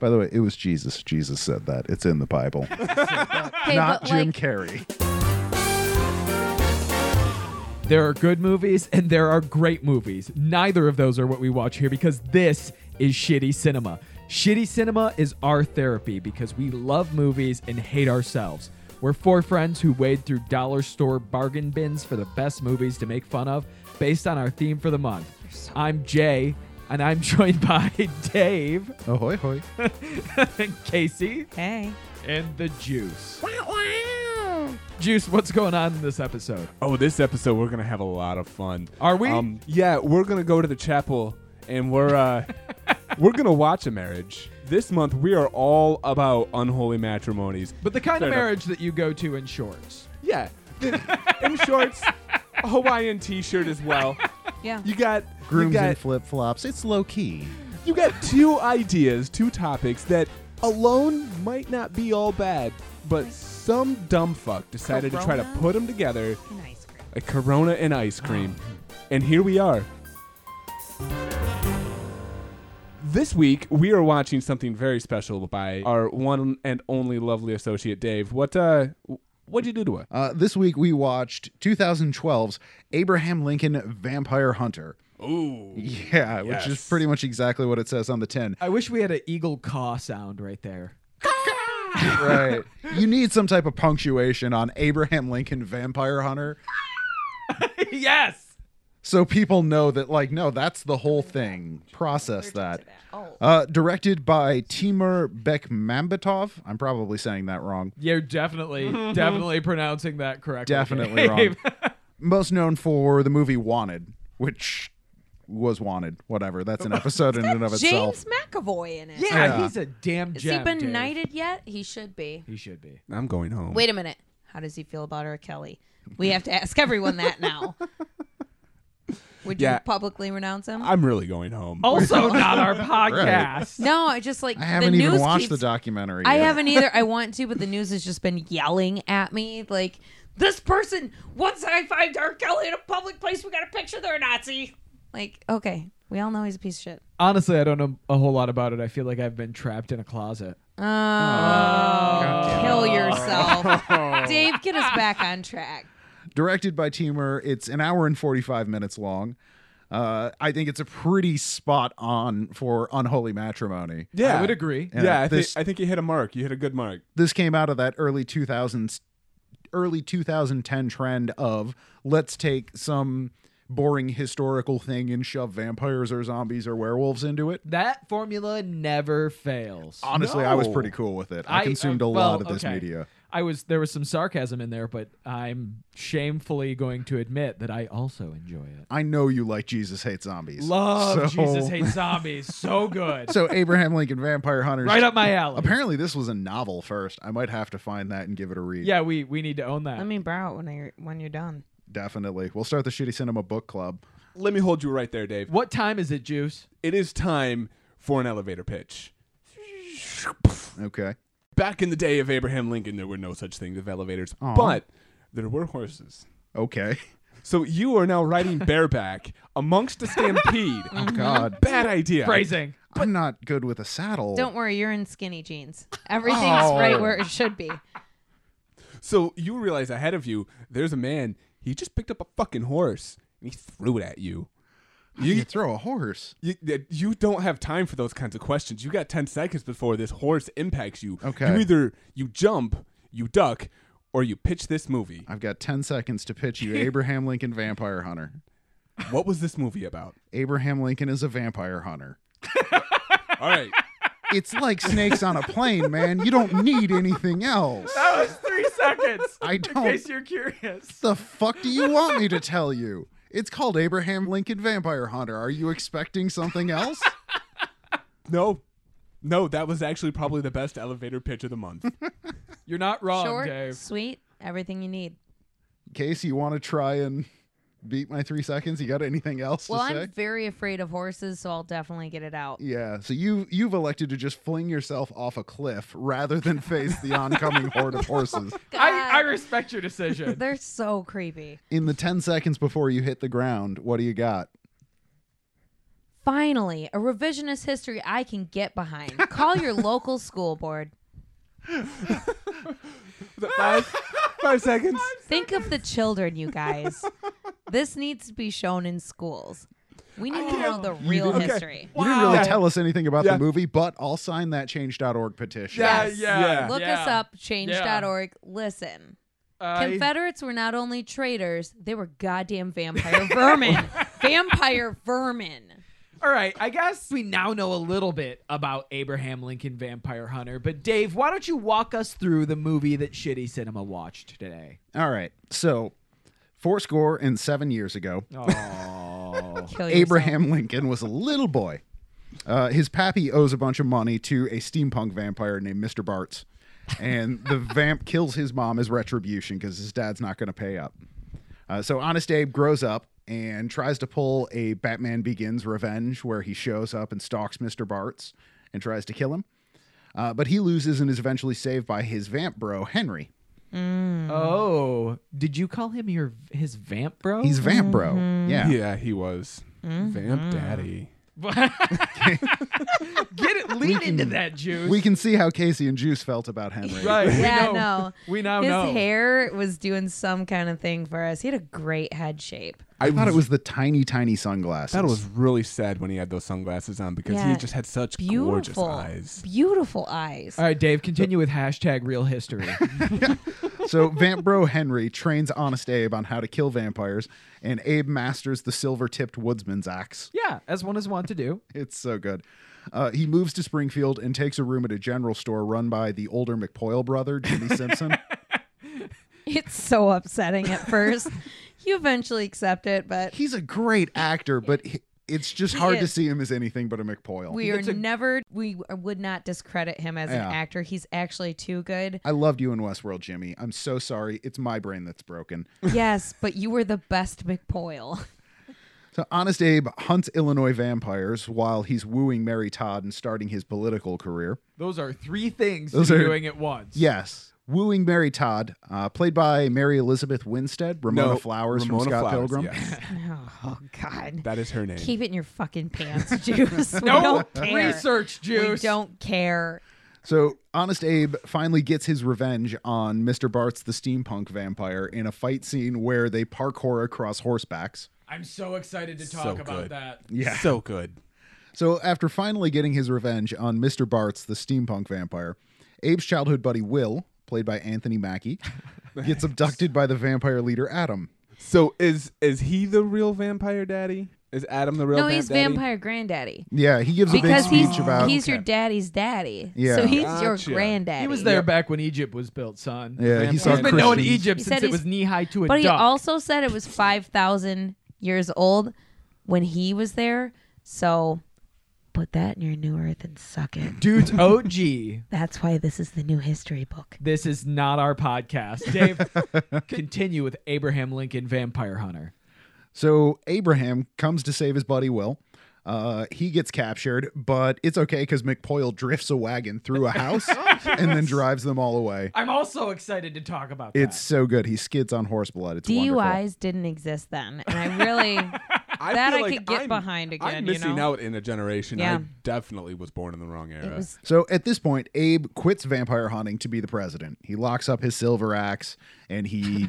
By the way, it was Jesus. Jesus said that. It's in the Bible, Okay, not but Jim like, Carrey. There are good movies and there are great movies. Neither of those are what we watch here because this is shitty cinema. Shitty cinema is our therapy because we love movies and hate ourselves. We're four friends who wade through dollar store bargain bins for the best movies to make fun of based on our theme for the month. I'm Jay and I'm joined by Dave, Ahoy, hoy. Casey, hey. and the Juice. Juice, what's going on in this episode? Oh, this episode we're gonna have a lot of fun. Um, Are we? yeah, we're gonna go to the chapel and we're uh, we're gonna watch a marriage. This month we are all about unholy matrimonies. But the kind Fair of enough. marriage that you go to in shorts. Yeah, in, in shorts, a Hawaiian T-shirt as well. Yeah. You got you Grooms in got, flip flops. It's low key. you got two ideas, two topics that alone might not be all bad, but some dumb fuck decided to try to Corona? put them together Nice. Chris. like Corona and ice cream. And here we are. This week we are watching something very special by our one and only lovely associate Dave. What uh what'd you do to it? Uh, this week we watched 2012's Abraham Lincoln Vampire Hunter. Ooh. Yeah, which is Yes. pretty much exactly what it says on the tin. I wish we had an eagle caw sound right there. Right. you need some type of punctuation on Abraham Lincoln Vampire Hunter yes. so people know that, like, no, that's the whole thing. Process that. Oh. Uh, directed by Timur Bekmambetov. I'm probably saying that wrong. You're definitely, definitely pronouncing that correctly. Definitely wrong. Dave. Most known for the movie Wanted, which was Wanted. Whatever. That's an episode in and of itself. James McAvoy in it. yeah, Yeah. he's a damn Has gem. he been Dave. knighted yet? He should be. He should be. I'm going home. Wait a minute. How does he feel about R. Kelly? We have to ask everyone that now. Would Yeah. you publicly renounce him? I'm really going home. Also, not our podcast. no, I just like I haven't the even news watched the keeps- documentary. I yet. haven't either. I want to, but the news has just been yelling at me like this person once I find R. Kelly in a public place, we got a picture they're a Nazi. Like, okay, we all know he's a piece of shit. Honestly, I don't know a whole lot about it. I feel like I've been trapped in a closet. Oh, Oh. kill yourself. Dave, get us back on track. directed by Teamer. It's an hour and 45 minutes long. Uh, I think it's a pretty spot on for Unholy Matrimony. Yeah. I would agree. Yeah, Yeah, I, this- think, I think you hit a mark. You hit a good mark. This came out of that early 2000s, early 2010 trend of let's take some boring historical thing and shove vampires or zombies or werewolves into it. That formula never fails. Honestly, I was No. pretty cool with it. I, consumed uh, a well, lot of this okay. media. I was there was some sarcasm in there, but I'm shamefully going to admit that I also enjoy it. I know you like Jesus Hates Zombies. Love So- Jesus hates zombies. So good. So Abraham Lincoln Vampire Hunters right up my alley. Apparently, this was a novel first. I might have to find that and give it a read. Yeah, we we need to own that. Let me borrow it when you're when you're done. Definitely. We'll start the Shitty Cinema Book Club. Let me hold you right there, Dave. what time is it, Juice? It is time for an elevator pitch. Okay. Back in the day of Abraham Lincoln, there were no such things as elevators, Aw. but there were horses. Okay. So you are now riding bareback amongst a stampede. Oh, God. Bad idea. Phrasing. I'm not good with a saddle. Don't worry, you're in skinny jeans. Everything's Oh. right where it should be. So you realize ahead of you, there's a man. He just picked up a fucking horse and he threw it at you. you You, throw a horse. you, you don't have time for those kinds of questions. You got 10 seconds before this horse impacts you. Okay. You either you jump, you duck, or you pitch this movie. I've got 10 seconds to pitch you Abraham Lincoln Vampire Hunter. What was this movie about? Abraham Lincoln is a vampire hunter. All right. It's like snakes on a plane, man. You don't need anything else. That was Oh, three seconds. I don't- In case you're curious. The fuck do you want me to tell you? It's called Abraham Lincoln Vampire Hunter. Are you expecting something else? No. No, that was actually probably the best elevator pitch of the month. You're not wrong, Short, Oh, Dave. sweet, everything you need. Casey, you want to try and beat my three seconds? You got anything else Well, to say? I'm very afraid of horses, so I'll definitely get it out. Yeah, so you you've elected to just fling yourself off a cliff rather than face the oncoming horde of horses. I, I God, respect your decision. they're so creepy. In the 10 seconds before you hit the ground, what do you got? Finally, a revisionist history I can get behind. Call your local school board. Was it Five, five seconds. Think of the children, you guys. This needs to be shown in schools. We need to know the real didn't- Okay. history. You didn't really Wow. tell us anything about Yeah. the movie, but I'll sign that change.org petition. Yeah, Yes. yeah, Look yeah. us up, change.org. Listen. Confederates were not only traitors, they were goddamn vampire vermin. vampire vermin. All right, I guess we now know a little bit about Abraham Lincoln Vampire Hunter, but Dave, why don't you walk us through the movie that Shitty Cinema watched today? All right. So, four score and seven years ago, Oh. Kill yourself. Abraham Lincoln was a little boy. Uh, his pappy owes a bunch of money to a steampunk vampire named Mr. Bartz. And the vamp kills his mom as retribution because his dad's not going to pay up. Uh, so Honest Abe grows up and tries to pull a Batman Begins revenge where he shows up and stalks Mr. Bartz and tries to kill him. Uh, but he loses and is eventually saved by his vamp bro, Henry. oh, did you call him your his vamp bro? He's vamp bro. Yeah. Yeah, he was. Mm-hmm. Vamp Daddy. Get it, lean into that, Juice. We can see how Casey and Juice felt about Henry. Right. we Yeah, know. no. We now His know. hair was doing some kind of thing for us. He had a great head shape. I thought it was the tiny, tiny sunglasses. That was really sad when he had those sunglasses on because Yeah. he just had such gorgeous Beautiful eyes. Beautiful eyes. All right, Dave, continue with hashtag real history. So Vamp Bro Henry trains Honest Abe on how to kill vampires, and Abe masters the silver-tipped woodsman's axe. yeah, as one is wont to do. It's so good. Uh, he moves to Springfield and takes a room at a general store run by the older McPoyle brother, Jimmy Simpson. It's so upsetting at first. you eventually accept it, but He's a great actor, but h- it's just He hard to is. see him as anything but a McPoyle. we are It's a- never, we would not discredit him as Yeah. an actor. He's actually too good. I loved you in Westworld, Jimmy. I'm so sorry. It's my brain that's broken. yes, but you were the best McPoyle. So Honest Abe hunts Illinois vampires while he's wooing Mary Todd and starting his political career. Those are three things Those that you're are- doing at once. Yes. Wooing Mary Todd, uh, played by Mary Elizabeth Winstead, Ramona Flowers Ramona from Scott Flowers, Pilgrim. yes. oh, God. that is her name. Keep it in your fucking pants, Juice. We No don't care. research, Juice. We don't care. So Honest Abe finally gets his revenge on Mr. Bart's the steampunk vampire in a fight scene where they parkour across horsebacks. I'm so excited to So talk about good. that. Yeah. So good. So after finally getting his revenge on Mr. Bart's the steampunk vampire, Abe's childhood buddy Will, played by Anthony Mackie, gets abducted by the vampire leader Adam. So is is he the real vampire daddy? Is Adam the real no, vamp he's daddy? vampire granddaddy. Yeah, he gives Because a big he's speech about he's your daddy's daddy. Yeah. So he's Gotcha. your granddaddy. He was there back when Egypt was built, son. yeah, he He's saw He's been known in Christians. Egypt He since said it he's- was knee high to a But he duck. also said it was 5,000 years old when he was there. So put that in your new earth and suck it. Dude's OG. That's why this is the new history book. This is not our podcast. Dave, continue with Abraham Lincoln Vampire Hunter. So Abraham comes to save his buddy Will. Uh, he gets captured, but it's okay because McPoyle drifts a wagon through a house Oh, and then drives them all away. I'm also excited to talk about that. It's so good. He skids on horse blood. It's DUIs wonderful. didn't exist then. And I really, I That feel I like could get I'm- behind again, I'm you missing know? out in a generation. Yeah. I definitely was born in the wrong era. it was, So at this point, Abe quits vampire hunting to be the president. He locks up his silver axe and he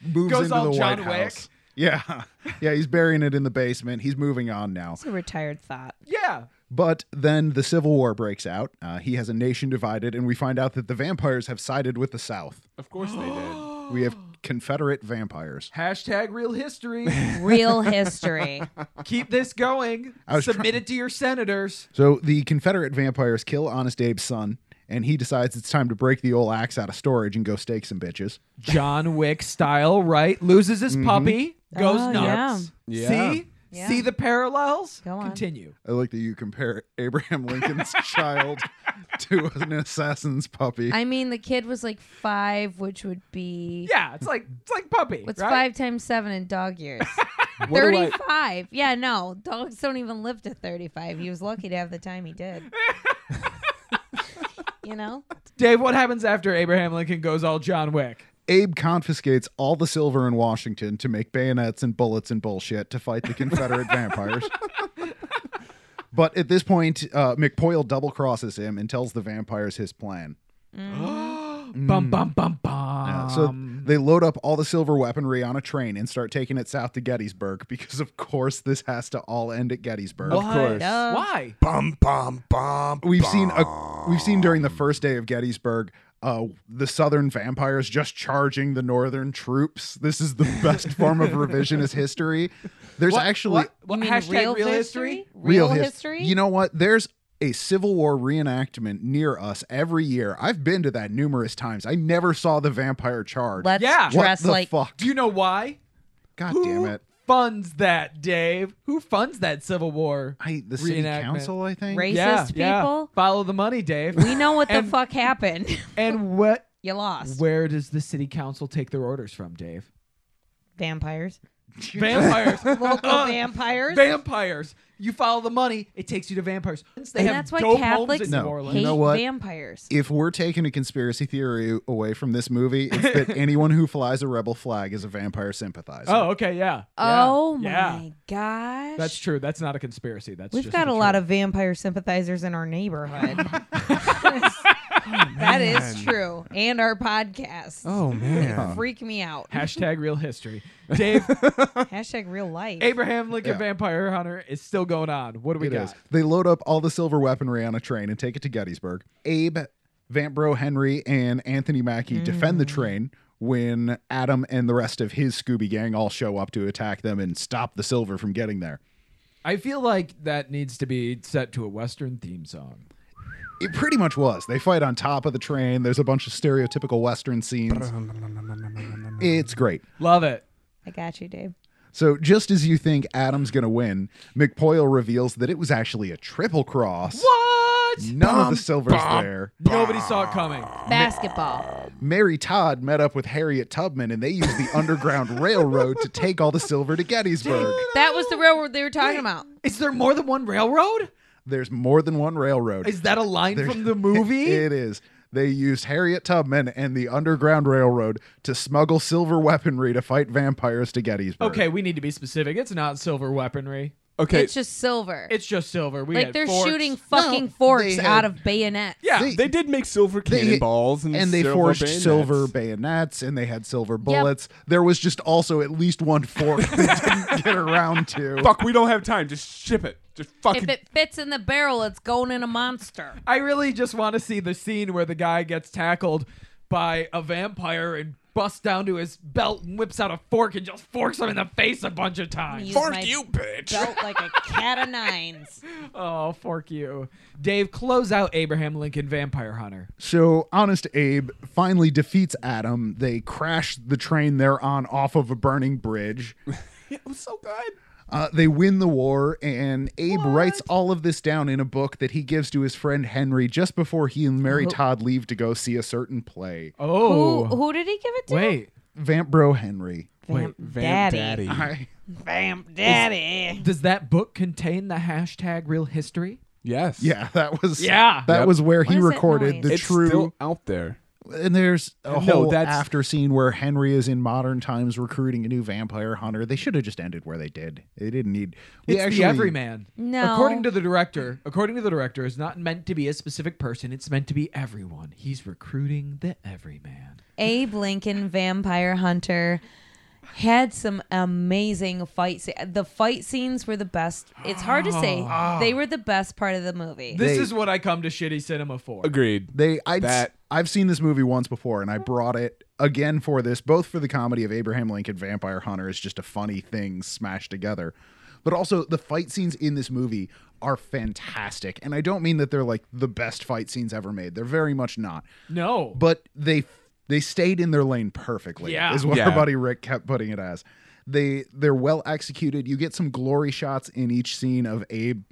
moves Goes into all the John White Wick. House. Yeah, yeah. He's burying it in the basement. He's moving on now. it's a retired thought. yeah. But then the Civil War breaks out. Uh, he has a nation divided, and we find out that the vampires have sided with the South. Of course they did. We have Confederate vampires. Hashtag real history. Real history. Keep this going. was Submit it to your senators. So the Confederate vampires kill Honest Abe's son, and he decides it's time to break the old axe out of storage and go stake some bitches. John Wick style, right? Loses his Mm-hmm. puppy, goes Oh, nuts. yeah. Yeah. See? Yeah. See the parallels? Go on. Continue. I like that you compare Abraham Lincoln's child to an assassin's puppy. I mean, the kid was like five, which would be. Yeah, it's like it's like puppy. What's right? five times seven in dog years? What do I- 35. Yeah, no. Dogs don't even live to 35. He was lucky to have the time he did. you know? Dave, what happens after Abraham Lincoln goes all John Wick? Abe confiscates all the silver in Washington to make bayonets and bullets and bullshit to fight the Confederate vampires. But at this point, uh, McPoyle double crosses him and tells the vampires his plan. Mm. Bum bum bum Uh, bum. Mm. so they load up all the silver weaponry on a train and start taking it south to Gettysburg because, of course, this has to all end at Gettysburg. What? course. Duh. Why? Bum, bum, bum. We've seen a we've seen during the first day of Gettysburg. Uh, the Southern vampires just charging the Northern troops. This is the best form of revisionist history. There's actually What? You What? mean Hashtag real, real, history? Real, his- history? You know what? There's a Civil War reenactment near us every year. I've been to that numerous times. I never saw the vampire charge. Let's Yeah. what dress the like fuck? Do you know why? God Who damn it! funds that, Dave? Who funds that Civil War? I the city Reenactment. council. I think. Racist yeah, yeah. people. Follow the money, Dave. We know what the And- fuck happened. and what? you lost. Where does the city council take their orders from, Dave? Vampires. Vampires. Local Uh, vampires. vampires. You follow the money, it takes you to vampires. They and have that's why dope homes Catholics in New No, Orleans. hate you know what? vampires. If we're taking a conspiracy theory away from this movie, it's that anyone who flies a rebel flag is a vampire sympathizer. Oh, okay, yeah. Yeah, Oh yeah. my gosh. That's true. That's not a conspiracy. That's We've just got the a lot truth. of vampire sympathizers in our neighborhood. that is true. And our podcast. Oh man. Freak me out. hashtag real history. Dave Hashtag real life. Abraham Lincoln Yeah. Vampire Hunter is still going on. What do we It got? is. They load up all the silver weaponry on a train and take it to Gettysburg. Abe, Vamp Bro Henry, and Anthony Mackie defend the Mm. train when Adam and the rest of his Scooby gang all show up to attack them and stop the silver from getting there. I feel like that needs to be set to a Western theme song. It pretty much was. They fight on top of the train. There's a bunch of stereotypical Western scenes. It's great. Love it. I got you, Dave. So just as you think Adam's going to win, McPoyle reveals that it was actually a triple cross. What? None of the silver's there. Nobody saw it coming. Basketball. Mary Todd met up with Harriet Tubman and they used the Underground Railroad to take all the silver to Gettysburg. That was the railroad they were talking about. Is there more than one railroad? There's more than one railroad. Is that a line There's- from the movie? it is. They used Harriet Tubman and the Underground Railroad to smuggle silver weaponry to fight vampires to Gettysburg. okay, we need to be specific. It's not silver weaponry. Okay. It's just silver. It's just silver. We like had they're forks. shooting fucking No, forks they had- out of bayonets. yeah, they- they, did make silver They- cannonballs and, they silver forged bayonets. silver bayonets and they had silver bullets. There was just also at least one fork they didn't get around to. Fuck, we don't have time. Just ship it. Just If fucking. it fits in the barrel, it's going in a monster. I really just want to see the scene where the guy gets tackled by a vampire and busts down to his belt and whips out a fork and just forks him in the face a bunch of times. Use Fork my you, bitch. Belt like a cat of nines. Oh, fork you. Dave, close out Abraham Lincoln Vampire Hunter. So, Honest Abe finally defeats Adam. They crash the train they're on off of a burning bridge. it was so good. Uh, they win the war, and Abe writes all of this down in a book that he gives to his friend Henry just before he and Mary Todd leave to go see a certain play. Oh, Who, who did he give it to? wait. Vamp Bro Henry. Vamp Vamp Daddy. I, Vamp Daddy. Does that book contain the hashtag real history? Yes. yeah, that was Yeah. that Yep. was where What he is that recorded noise? the It's true. still out there. and there's a No, whole that's- after scene where Henry is in modern times recruiting a new vampire hunter. They should have just ended where they did. They didn't need. We It's actually the everyman. No. According to the director, according to the director, it's not meant to be a specific person. It's meant to be everyone. He's recruiting the everyman. Abe Lincoln, Vampire Hunter, had some amazing fight. sce- The fight scenes were the best. It's hard to Oh. say. Ah. They were the best part of the movie. This They- is what I come to shitty cinema for. Agreed. They I That- I've seen this movie once before and I brought it again for this both for the comedy of Abraham Lincoln Vampire Hunter is just a funny thing smashed together. But also the fight scenes in this movie are fantastic and I don't mean that they're like the best fight scenes ever made. They're very much not. No. But they they stayed in their lane perfectly. Yeah. Is what Yeah. our buddy Rick kept putting it as. They they're well executed. You get some glory shots in each scene of Abe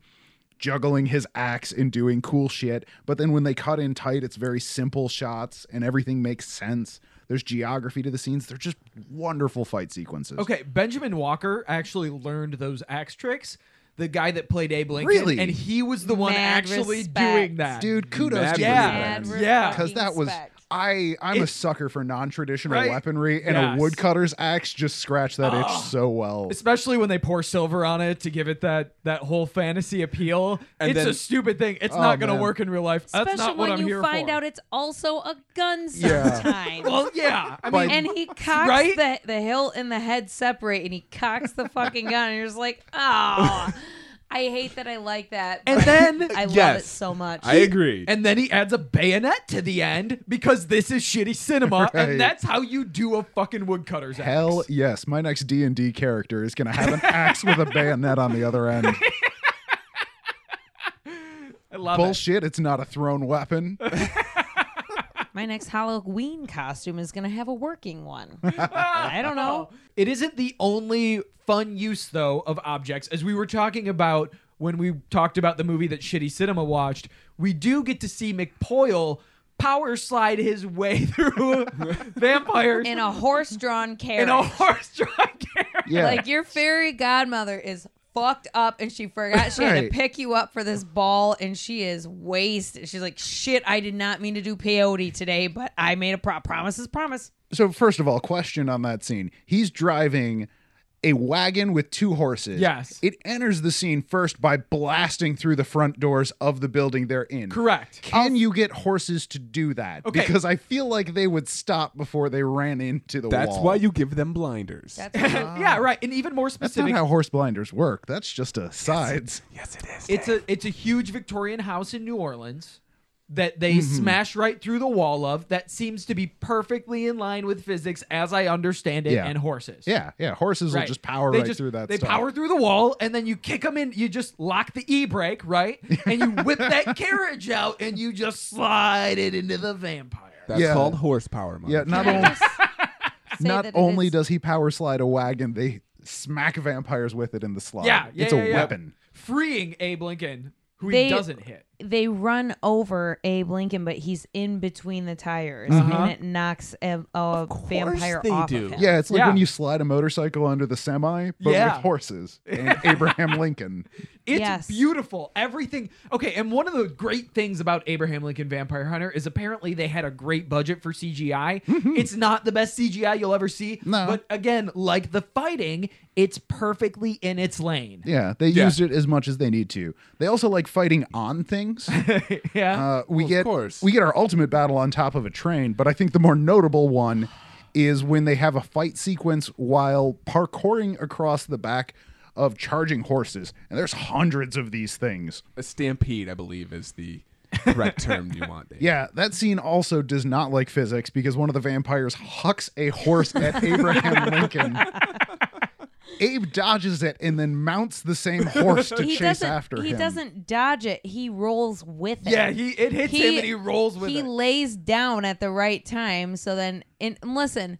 juggling his axe and doing cool shit. But then when they cut in tight, it's very simple shots and everything makes sense. There's geography to the scenes. They're just wonderful fight sequences. Okay, Benjamin Walker actually learned those axe tricks. The guy that played Abe Lincoln, Really? and he was the one Mad actually respect. doing that. Dude, kudos Mad to respect. you, Yeah. man. Mad Yeah. fucking Because that was respect. I I'm a It's- sucker for non-traditional Right? weaponry, and Yes. a woodcutter's axe just scratched that itch so well. especially when they pour silver on it to give it that that whole fantasy appeal. And it's then- a stupid thing. It's not going to Oh, man. work in real life. That's Especially not what when I'm you here find for. out it's also a gun Yeah. sometime. well, yeah. I But- mean, and he cocks Right? the the hilt and the head separate, and he cocks the fucking gun, and you're just like, oh, I hate that. I like that. and but then I love it Yes. so much. I agree. and then he adds a bayonet to the end because this is shitty cinema, Right. and that's how you do a fucking woodcutter's axe. Hell yes, my next D and D character is gonna have an axe with a bayonet on the other end. I love it. Bullshit! It's not a thrown weapon. My next Halloween costume is gonna have a working one. I don't know. It isn't the only fun use, though, of objects. As we were talking about when we talked about the movie that Shitty Cinema watched, we do get to see McPoyle power slide his way through vampires In a horse-drawn carriage. in a horse-drawn carriage. Yeah, Like your fairy godmother is fucked up and she forgot she had to Right. pick you up for this ball and she is wasted. She's like, shit, I did not mean to do peyote today, but I made a pro- promise is promise. so first of all, question on that scene. He's driving a wagon with two horses. Yes. It enters the scene first by blasting through the front doors of the building they're in. Correct. Can you get horses to do that? Okay. Because I feel like they would stop before they ran into the wall. That's why you give them blinders. That's yeah, right. And even more That's not specific, how horse blinders work. That's just a sides. yes, it is. it's a it's a huge Victorian house in New Orleans that they Mm-hmm. smash right through the wall of that seems to be perfectly in line with physics as I understand it Yeah. and horses. Yeah, yeah. Horses will just power They right just- through that. They stuff. power through the wall, and then you kick them in. You just lock the e brake, right? And you whip that carriage out, and you just slide it into the vampire. That's Yeah. called horsepower. Mike. Yeah, not Can I only just say not that it only is- does he power slide a wagon, they smack vampires with it in the slide. Yeah, yeah, it's yeah, a yeah. weapon. freeing Abe Lincoln, who They- he doesn't hit. they run over Abe Lincoln, but he's in between the tires and it knocks a, a vampire they off do. of him. Yeah, it's like Yeah. when you slide a motorcycle under the semi, but Yeah. with horses and Abraham Lincoln. It's Yes. beautiful. Everything. Okay, and one of the great things about Abraham Lincoln Vampire Hunter is apparently they had a great budget for CGI. It's not the best CGI you'll ever see, No. but again, like the fighting, it's perfectly in its lane. Yeah, they Yeah. used it as much as they need to. They also like fighting on things. yeah. Uh, we Well, of get course. we get our ultimate battle on top of a train, but I think the more notable one is when they have a fight sequence while parkouring across the back of charging horses, and there's hundreds of these things. a stampede, I believe, is the correct term you want. Dave. Yeah, that scene also does not like physics because one of the vampires hucks a horse at Abraham Lincoln. Abe dodges it and then mounts the same horse to he chase doesn't, after he him. doesn't dodge it. He rolls with it. yeah, he it hits him and he rolls with he it. lays down at the right time. So then, and, and listen,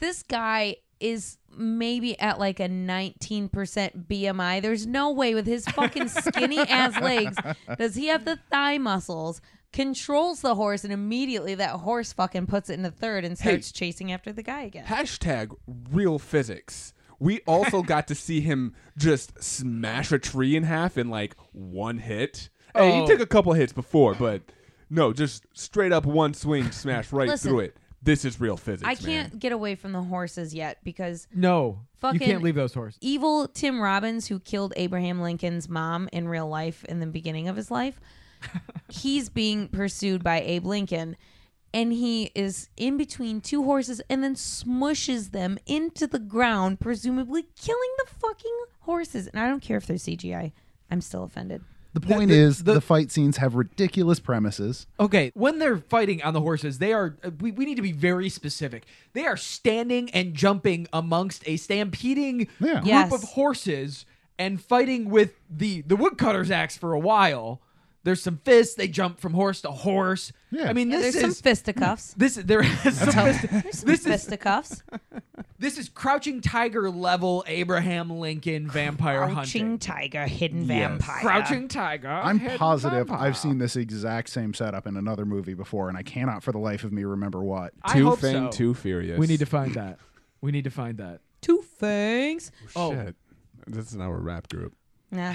this guy is maybe at like a 19% BMI. There's no way with his fucking skinny ass legs does he have the thigh muscles. Controls the horse and immediately that horse fucking puts it into third and starts chasing after the guy again. Hashtag real physics. We also got to see him just smash a tree in half in like one hit. Hey, Oh. he took a couple hits before, but no, just straight up one swing, smash right Listen. through it. This is real physics. I man. can't get away from the horses yet because No, Fucking- you can't leave those horses. evil Tim Robbins, who killed Abraham Lincoln's mom in real life in the beginning of his life, he's being pursued by Abe Lincoln. And he is in between two horses and then smushes them into the ground, presumably killing the fucking horses. And I don't care if they're CGI, I'm still offended. the point the- is, the- the fight scenes have ridiculous premises. Okay, when they're fighting on the horses, they are uh, we, we need to be very specific. They are standing and jumping amongst a stampeding Yeah. group Yes. of horses and fighting with the the woodcutter's axe for a while. There's some fists, they jump from horse to horse. Yeah. I mean, There's this some is fisticuffs. this there is some fist- There's some this is fisticuffs. this is crouching tiger level Abraham Lincoln vampire Crouching hunting. tiger, hidden vampire. Crouching tiger. I'm hidden positive vampire. I've seen this exact same setup in another movie before, and I cannot for the life of me remember what. I Too hope fang, so. too furious. We need to find that. We need to find that. Two fangs. Oh. Shit. This is not our rap group. Nah.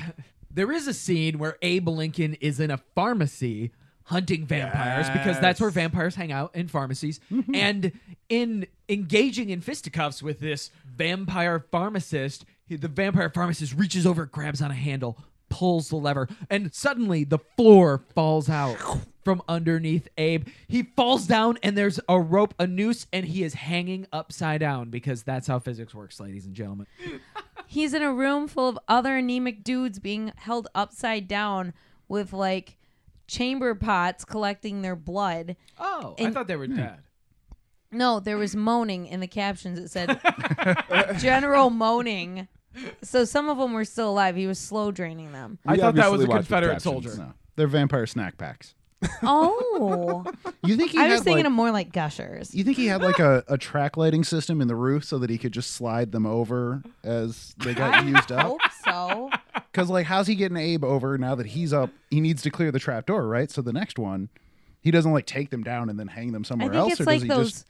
There is a scene where Abe Lincoln is in a pharmacy hunting vampires because that's where vampires hang out in pharmacies and in engaging in fisticuffs with this vampire pharmacist he- the vampire pharmacist reaches over grabs on a handle pulls the lever and suddenly the floor falls out from underneath Abe he falls down and there's a rope a noose and he is hanging upside down because that's how physics works ladies and gentlemen He's in a room full of other anemic dudes being held upside down with like chamber pots collecting their blood. oh I And- thought they were dead No, there was moaning in the captions. It said general moaning. So some of them were still alive. He was slow draining them. I thought that was obviously a watch with Confederate captions. soldier No, they're vampire snack packs. Oh, You think he I had was thinking like, of more like gushers. you think he had like a, a track lighting system in the roof so that he could just slide them over as they got used up? Hope so. Because like, how's he getting Abe over now that he's up? He needs to clear the trap door, right? So the next one, he doesn't like take them down and then hang them I somewhere think else, it's or like does he those just?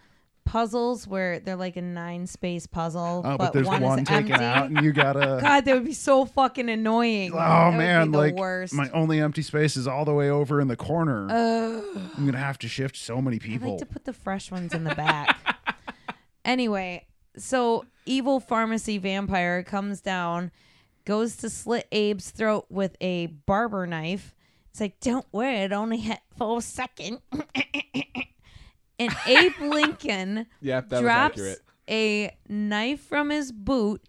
puzzles where they're like a nine space puzzle, Oh, but, but, there's one, one, is taken empty. out, and you gotta. God, that would be so fucking annoying. That Oh would be man, the like worst. my only empty space is all the way over in the corner. I'm gonna have to shift so many I people. like to put the fresh ones in the back. anyway, so evil pharmacy vampire comes down, goes to slit Abe's throat with a barber knife. It's like, don't worry, it only hit for a second. and Abe Lincoln Yeah, that drops was accurate. a knife from his boot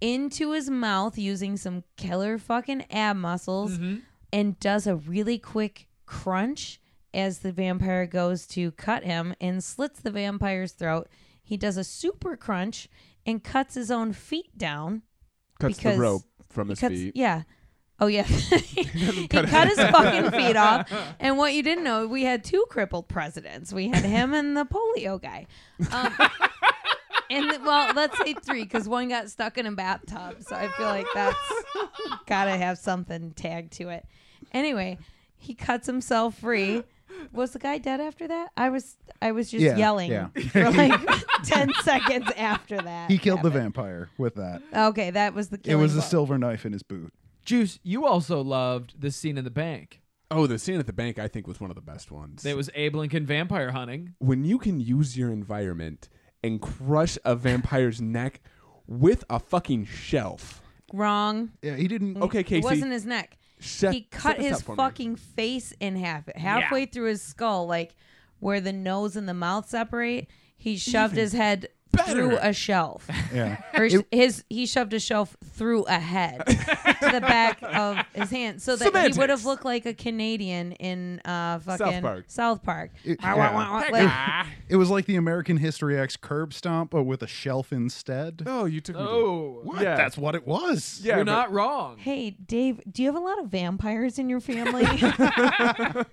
into his mouth using some killer fucking ab muscles Mm-hmm. and does a really quick crunch as the vampire goes to cut him and slits the vampire's throat. He does a super crunch and cuts his own feet down. Cuts the because rope from his Cuts- feet. Yeah. Oh yeah. he cut his fucking feet off. And what you didn't know, we had two crippled presidents. We had him and the polio guy. Um, and th- well, let's say three because one got stuck in a bathtub. So I feel like that's gotta have something tagged to it. Anyway, he cuts himself free. Was the guy dead after that? I was I was just Yeah, yelling yeah. for like ten seconds after that. he killed the happened. vampire with that. Okay, that was the. It Killing was a blow. silver knife in his boot. Juice, you also loved the scene in the bank. Oh, the scene at the bank I think was one of the best ones. It was Abe Lincoln vampire hunting. when you can use your environment and crush a vampire's neck with a fucking shelf. Wrong. Yeah, he didn't. Okay, Casey. It wasn't his neck. Shut- he shut cut this his up for me. fucking face in half, halfway through his skull, like where the nose and the mouth separate. He shoved his head through a shelf, Yeah. or sh his he shoved a shelf through a head to the back of his hand, so that he would Semantics. have looked like a Canadian in uh fucking Park. South Park. It- Wah, wah, yeah. wah, wah, like- It was like the American History X curb stomp, but with a shelf instead. Oh, you took me to- Oh, What? yeah. That's what it was. yeah, you're but- not wrong. Hey Dave, do you have a lot of vampires in your family?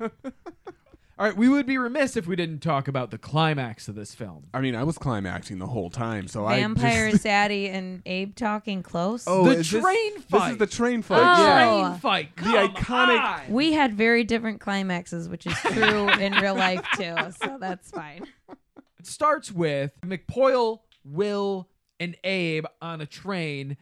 All right, we would be remiss if we didn't talk about the climax of this film. I mean, I was climaxing the whole time, so I Vampire just, Zaddy and Abe talking close. Oh, The is this- train This fight. is the train fight. Oh. Yeah. Oh. Train fight. The Come iconic- on. We had very different climaxes, which is true in real life too, so that's fine. It starts with McPoyle, Will, and Abe on a train,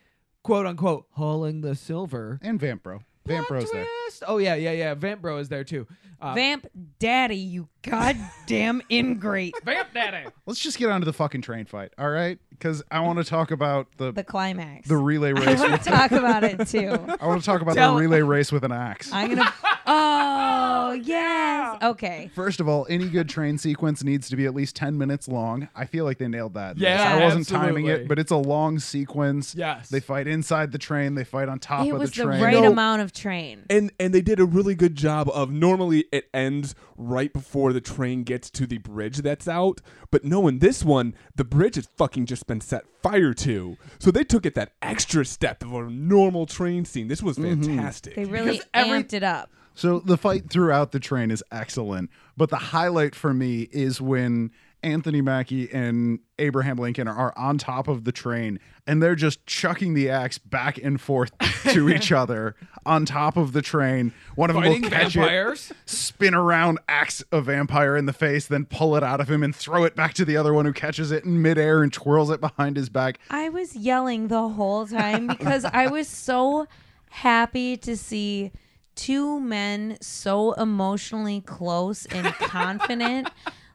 quote unquote, hauling the silver. And Vampro. Plot Vampro's there. twist. Oh yeah, yeah, yeah. Vamp Bro is there too. Uh, Vamp Daddy, you goddamn ingrate. Vamp Daddy. Let's just get onto the fucking train fight, all right? Because I want to talk about the The climax. the relay I race. want to talk about it too. I want to talk about Tell- the relay race with an axe. I'm gonna. Oh yes. Okay. First of all, any good train sequence needs to be at least 10 minutes long. I feel like they nailed that. in Yeah, this. I wasn't timing absolutely. it, but it's a long sequence. Yes. They fight inside the train, they fight on top It of was the the train. right No. amount of train. And and they did a really good job of normally it ends right before the train gets to the bridge that's out, but no, in this one the bridge has fucking just been set fire to. So they took it that extra step of a normal train scene. This was fantastic. They really every- amped it up. So the fight throughout the train is excellent, but the highlight for me is when Anthony Mackie and Abraham Lincoln are on top of the train and they're just chucking the axe back and forth to each other on top of the train. One of them Fighting will catch vampires. it, spin around, axe a vampire in the face, then pull it out of him and throw it back to the other one who catches it in midair and twirls it behind his back. I was yelling the whole time because I was so happy to see two men so emotionally close and confident.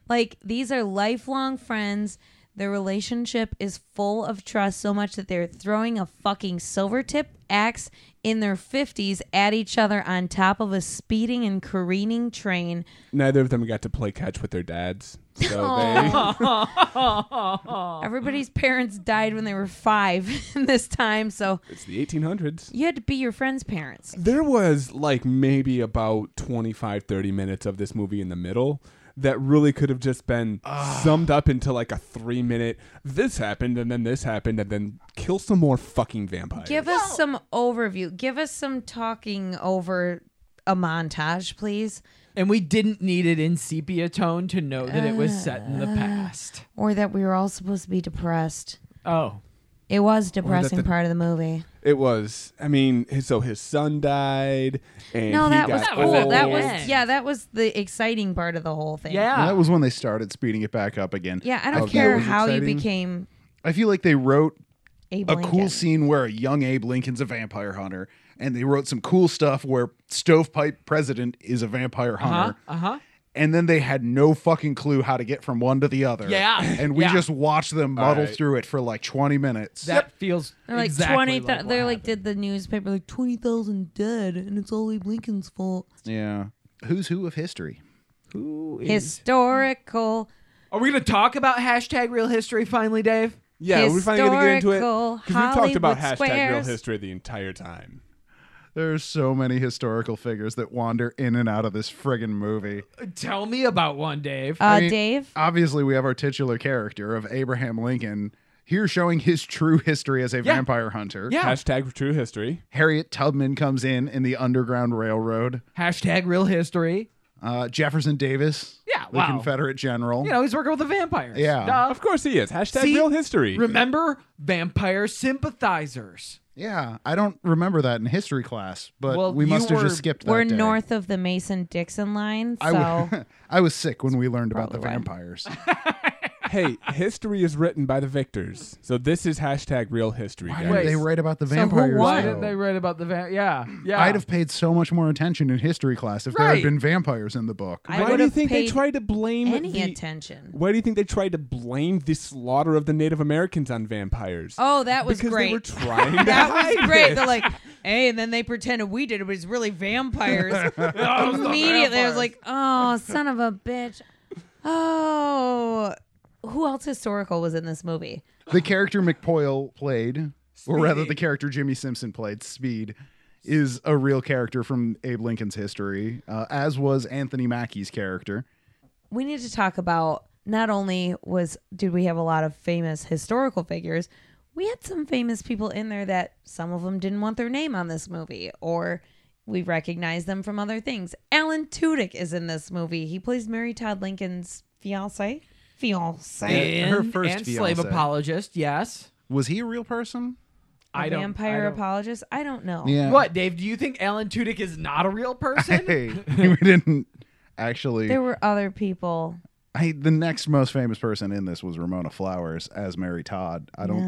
Like these are lifelong friends. Their relationship is full of trust so much that they're throwing a fucking silver tip axe in their 50s at each other on top of a speeding and careening train. Neither of them got to play catch with their dads, so Aw. Everybody's parents died when they were five this time, so they it's the 1800s. you had to be your friend's parents. There was like maybe about 25 30 minutes of this movie in the middle that really could have just been summed up into like a 3 minute this happened and then this happened and then kill some more fucking vampires. Give us some overview. Give us some talking over a montage, please, And we didn't need it in sepia tone to know that it was set in the Ah. past. or that we were all supposed to be depressed. Oh. It was a depressing the- part of the movie. It was. I mean, his- so his son died, and No, he that got was cool. old. That was Yeah. yeah, that was the exciting part of the whole thing. And Yeah. that was when they started speeding it back up again. Ah. yeah. I Okay. don't Oh, That care was how you exciting. became I feel like they wrote Abe a Lincoln. cool scene where a young Abe Lincoln's a vampire hunter, and they wrote some cool stuff where Stovepipe President is a vampire Uh-huh. hunter. Uh-huh. And then they had no fucking clue how to get from one to the other. Yeah. And we Yeah. just watched them muddle right. through it for like 20 minutes. That feels They're like exactly twenty. like what they're like happened. did the newspaper like twenty thousand dead, and it's all Abe Lincoln's fault. yeah. Who's who of history? Who is- Historical. Are we going to talk about hashtag real history finally, Dave? yeah. We're finally gonna get into it Historical we've talked about hashtag Hollywood real squares. history the entire time. There's so many historical figures that wander in and out of this friggin' movie. Tell me about one, Dave. Uh, I mean, Dave. Obviously, we have our titular character of Abraham Lincoln here showing his true history as a vampire hunter. Oh. yeah. Hashtag true history. Harriet Tubman comes in in the Underground Railroad. hashtag real history. Uh, Jefferson Davis, Yeah, the wow. Confederate general. You know, he's working with the vampires. Yeah. Duh. Of course he is. Hashtag See? real history. Remember vampire sympathizers. Yeah, I don't remember that in history class, but Well, we you must have were- just skipped that. We're day. north of the Mason Dixon line, so I wa- I was sick when we learned about the probably why. vampires. hey, history is written by the victors. So this is hashtag real history. Why guys. did Wait. they write about the who vampires? won? Why though? didn't they write about the vampire? Yeah. Yeah. I'd have paid so much more attention in history class if there Right. had been vampires in the book. I Why do you would've think they paid tried to blame any the- attention. Why do you think they tried to blame the slaughter of the Native Americans on vampires? Oh, that was because great. they were trying to that was hide great. it. They're like, hey, and then they pretended we did it, but it's really vampires. Immediately, I was like, oh, son of a bitch. Oh, who else historical was in this movie? The character McPoyle played, or rather, the character Jimmy Simpson played, Speed, is a real character from Abe Lincoln's history, uh, as was Anthony Mackie's character. We need to talk about not only was did we have a lot of famous historical figures, we had some famous people in there that some of them didn't want their name on this movie or we recognize them from other things. Alan Tudyk is in this movie. He plays Mary Todd Lincoln's fiance. Fiance. And her first and slave fiancé. apologist, yes. Was he a real person? I don't, vampire I don't- apologist? I don't know. Yeah. What, Dave? Do you think Alan Tudyk is not a real person? Hey, we didn't actually. There were other people. I the next most famous person in this was Ramona Flowers as Mary Todd. I don't.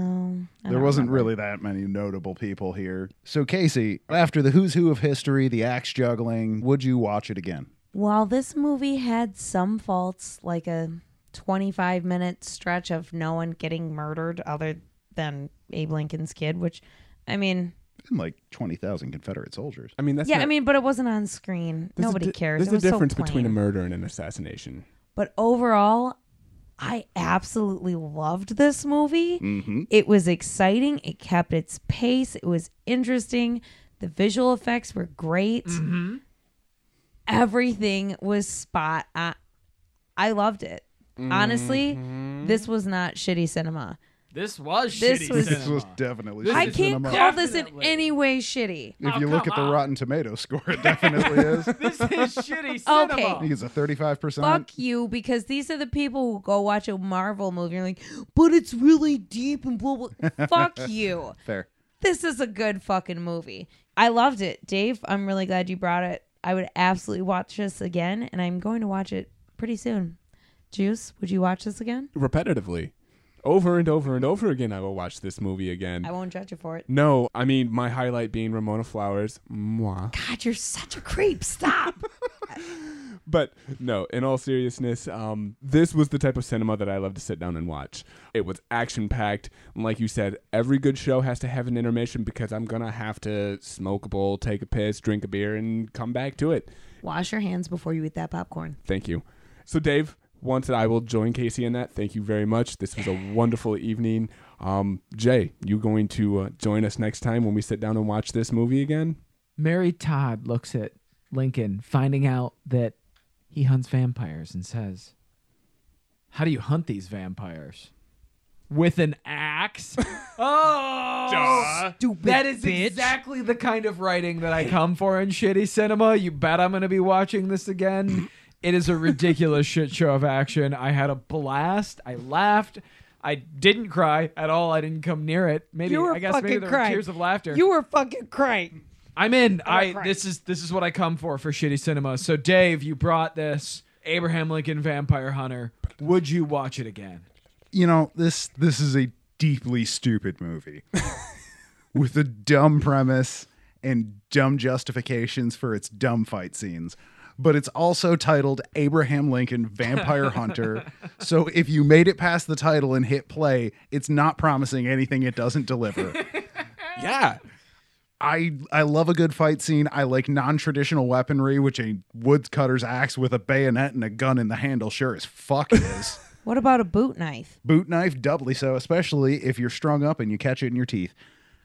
No. I There don't wasn't remember. really that many notable people here. So Casey, after the who's who of history, the axe juggling, would you watch it again? While this movie had some faults, like a 25 minute stretch of no one getting murdered other than Abe Lincoln's kid, which, I mean, And like twenty thousand Confederate soldiers. I mean, that's yeah, not- I mean, but it wasn't on screen. there's a Nobody di- cares. There's it was a difference so plain. between a murder and an assassination. But overall, I absolutely loved this movie. Mm-hmm. It was exciting. It kept its pace. It was interesting. The visual effects were great. Everything was spot on. I loved it. Honestly, Mm-hmm. this was not shitty cinema. this was This shitty was- This cinema. was definitely. This I shitty is can't cinema. call this in Definitely. any way shitty. If you look at the Rotten Tomato score, it definitely is. I this is shitty cinema. Okay. think it's a thirty-five percent. Fuck you, because these are the people who go watch a Marvel movie and are like, but it's really deep and blah blah. Fuck you. Fair. this is a good fucking movie. I loved it, Dave. I'm really glad you brought it. I would absolutely watch this again, and I'm going to watch it pretty soon. Juice, would you watch this again? Repetitively. Over and over and over again, I will watch this movie again. I won't judge you for it. no, I mean my highlight being Ramona Flowers. Mwah. God, you're such a creep. Stop. but no, in all seriousness, um, this was the type of cinema that I love to sit down and watch. It was action packed. Like you said, every good show has to have an intermission because I'm going to have to smoke a bowl, take a piss, drink a beer, and come back to it. Wash your hands before you eat that popcorn. Thank you. So, Dave, once I will join Casey in that. Thank you very much. This was a wonderful evening. Um, Jay, you going to uh, join us next time when we sit down and watch this movie again? Mary Todd looks at Lincoln, finding out that he hunts vampires, and says, How do you hunt these vampires? With an axe? oh! Stupid That is bitch. exactly the kind of writing that I come for in shitty cinema. You bet I'm going to be watching this again. It is a ridiculous shit show of action. I had a blast. I laughed. I didn't cry at all. I didn't come near it. Maybe You were I guess fucking maybe there crying. were tears of laughter. You were fucking crying. I'm in. I I cried. this is this is what I come for for shitty cinema. So Dave, you brought this Abraham Lincoln Vampire Hunter. Would you watch it again? you know this this is a deeply stupid movie with a dumb premise and dumb justifications for its dumb fight scenes but it's also titled Abraham Lincoln Vampire Hunter. So if you made it past the title and hit play, it's not promising anything it doesn't deliver. Yeah. I I love a good fight scene. I like non-traditional weaponry, which a woodcutter's axe with a bayonet and a gun in the handle sure as fuck is. What about a boot knife? boot knife doubly so especially if you're strung up and you catch it in your teeth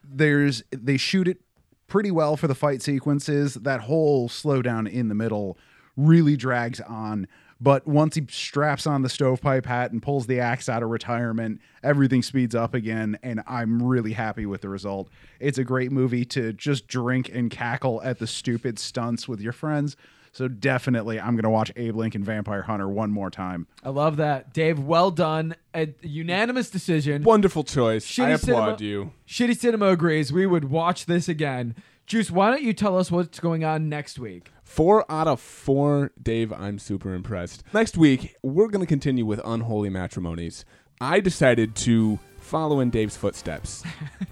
there's they shoot it pretty well for the fight sequences that whole slowdown in the middle really drags on but once he straps on the stovepipe hat and pulls the axe out of retirement everything speeds up again and i'm really happy with the result it's a great movie to just drink and cackle at the stupid stunts with your friends so definitely i'm going to watch abe lincoln vampire hunter one more time I love that, Dave. Well done. A unanimous decision. Wonderful choice. Shitty I cinema- applaud you. Shitty cinema agrees. We would watch this again. Juice, why don't you tell us what's going on next week? Four out of four, Dave. I'm super impressed. Next week, we're going to continue with unholy matrimonies. I decided to follow in Dave's footsteps.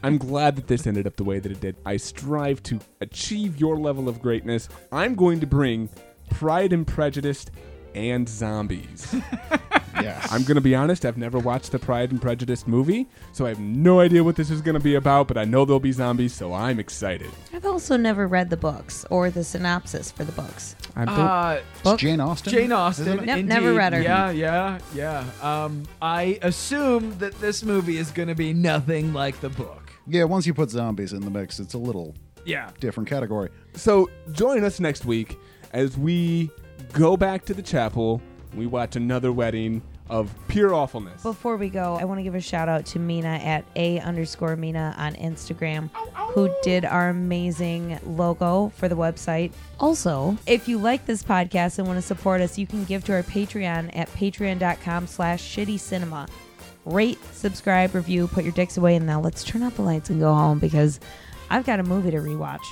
I'm glad that this ended up the way that it did. I strive to achieve your level of greatness. I'm going to bring Pride and Prejudice and zombies. yes I'm going to be honest, I've never watched the Pride and Prejudice movie, so I have no idea what this is going to be about, but I know there'll be zombies, so I'm excited. I've also never read the books or the synopsis for the books. I don't Uh, It's Jane Austen. Jane isn't Austen. it? Nope, indeed. never read her. Yeah, yeah, yeah. Um, I assume that this movie is going to be nothing like the book. Yeah, once you put zombies in the mix, it's a little Yeah. different category. So join us next week as we go back to the chapel. We watch another wedding of pure awfulness. Before we go, I want to give a shout out to Mina at a underscore Mina on Instagram, who did our amazing logo for the website. Also, if you like this podcast and want to support us, you can give to our Patreon at patreon.com slash shitty cinema. Rate, subscribe, review, put your dicks away, and now let's turn out the lights and go home because I've got a movie to rewatch.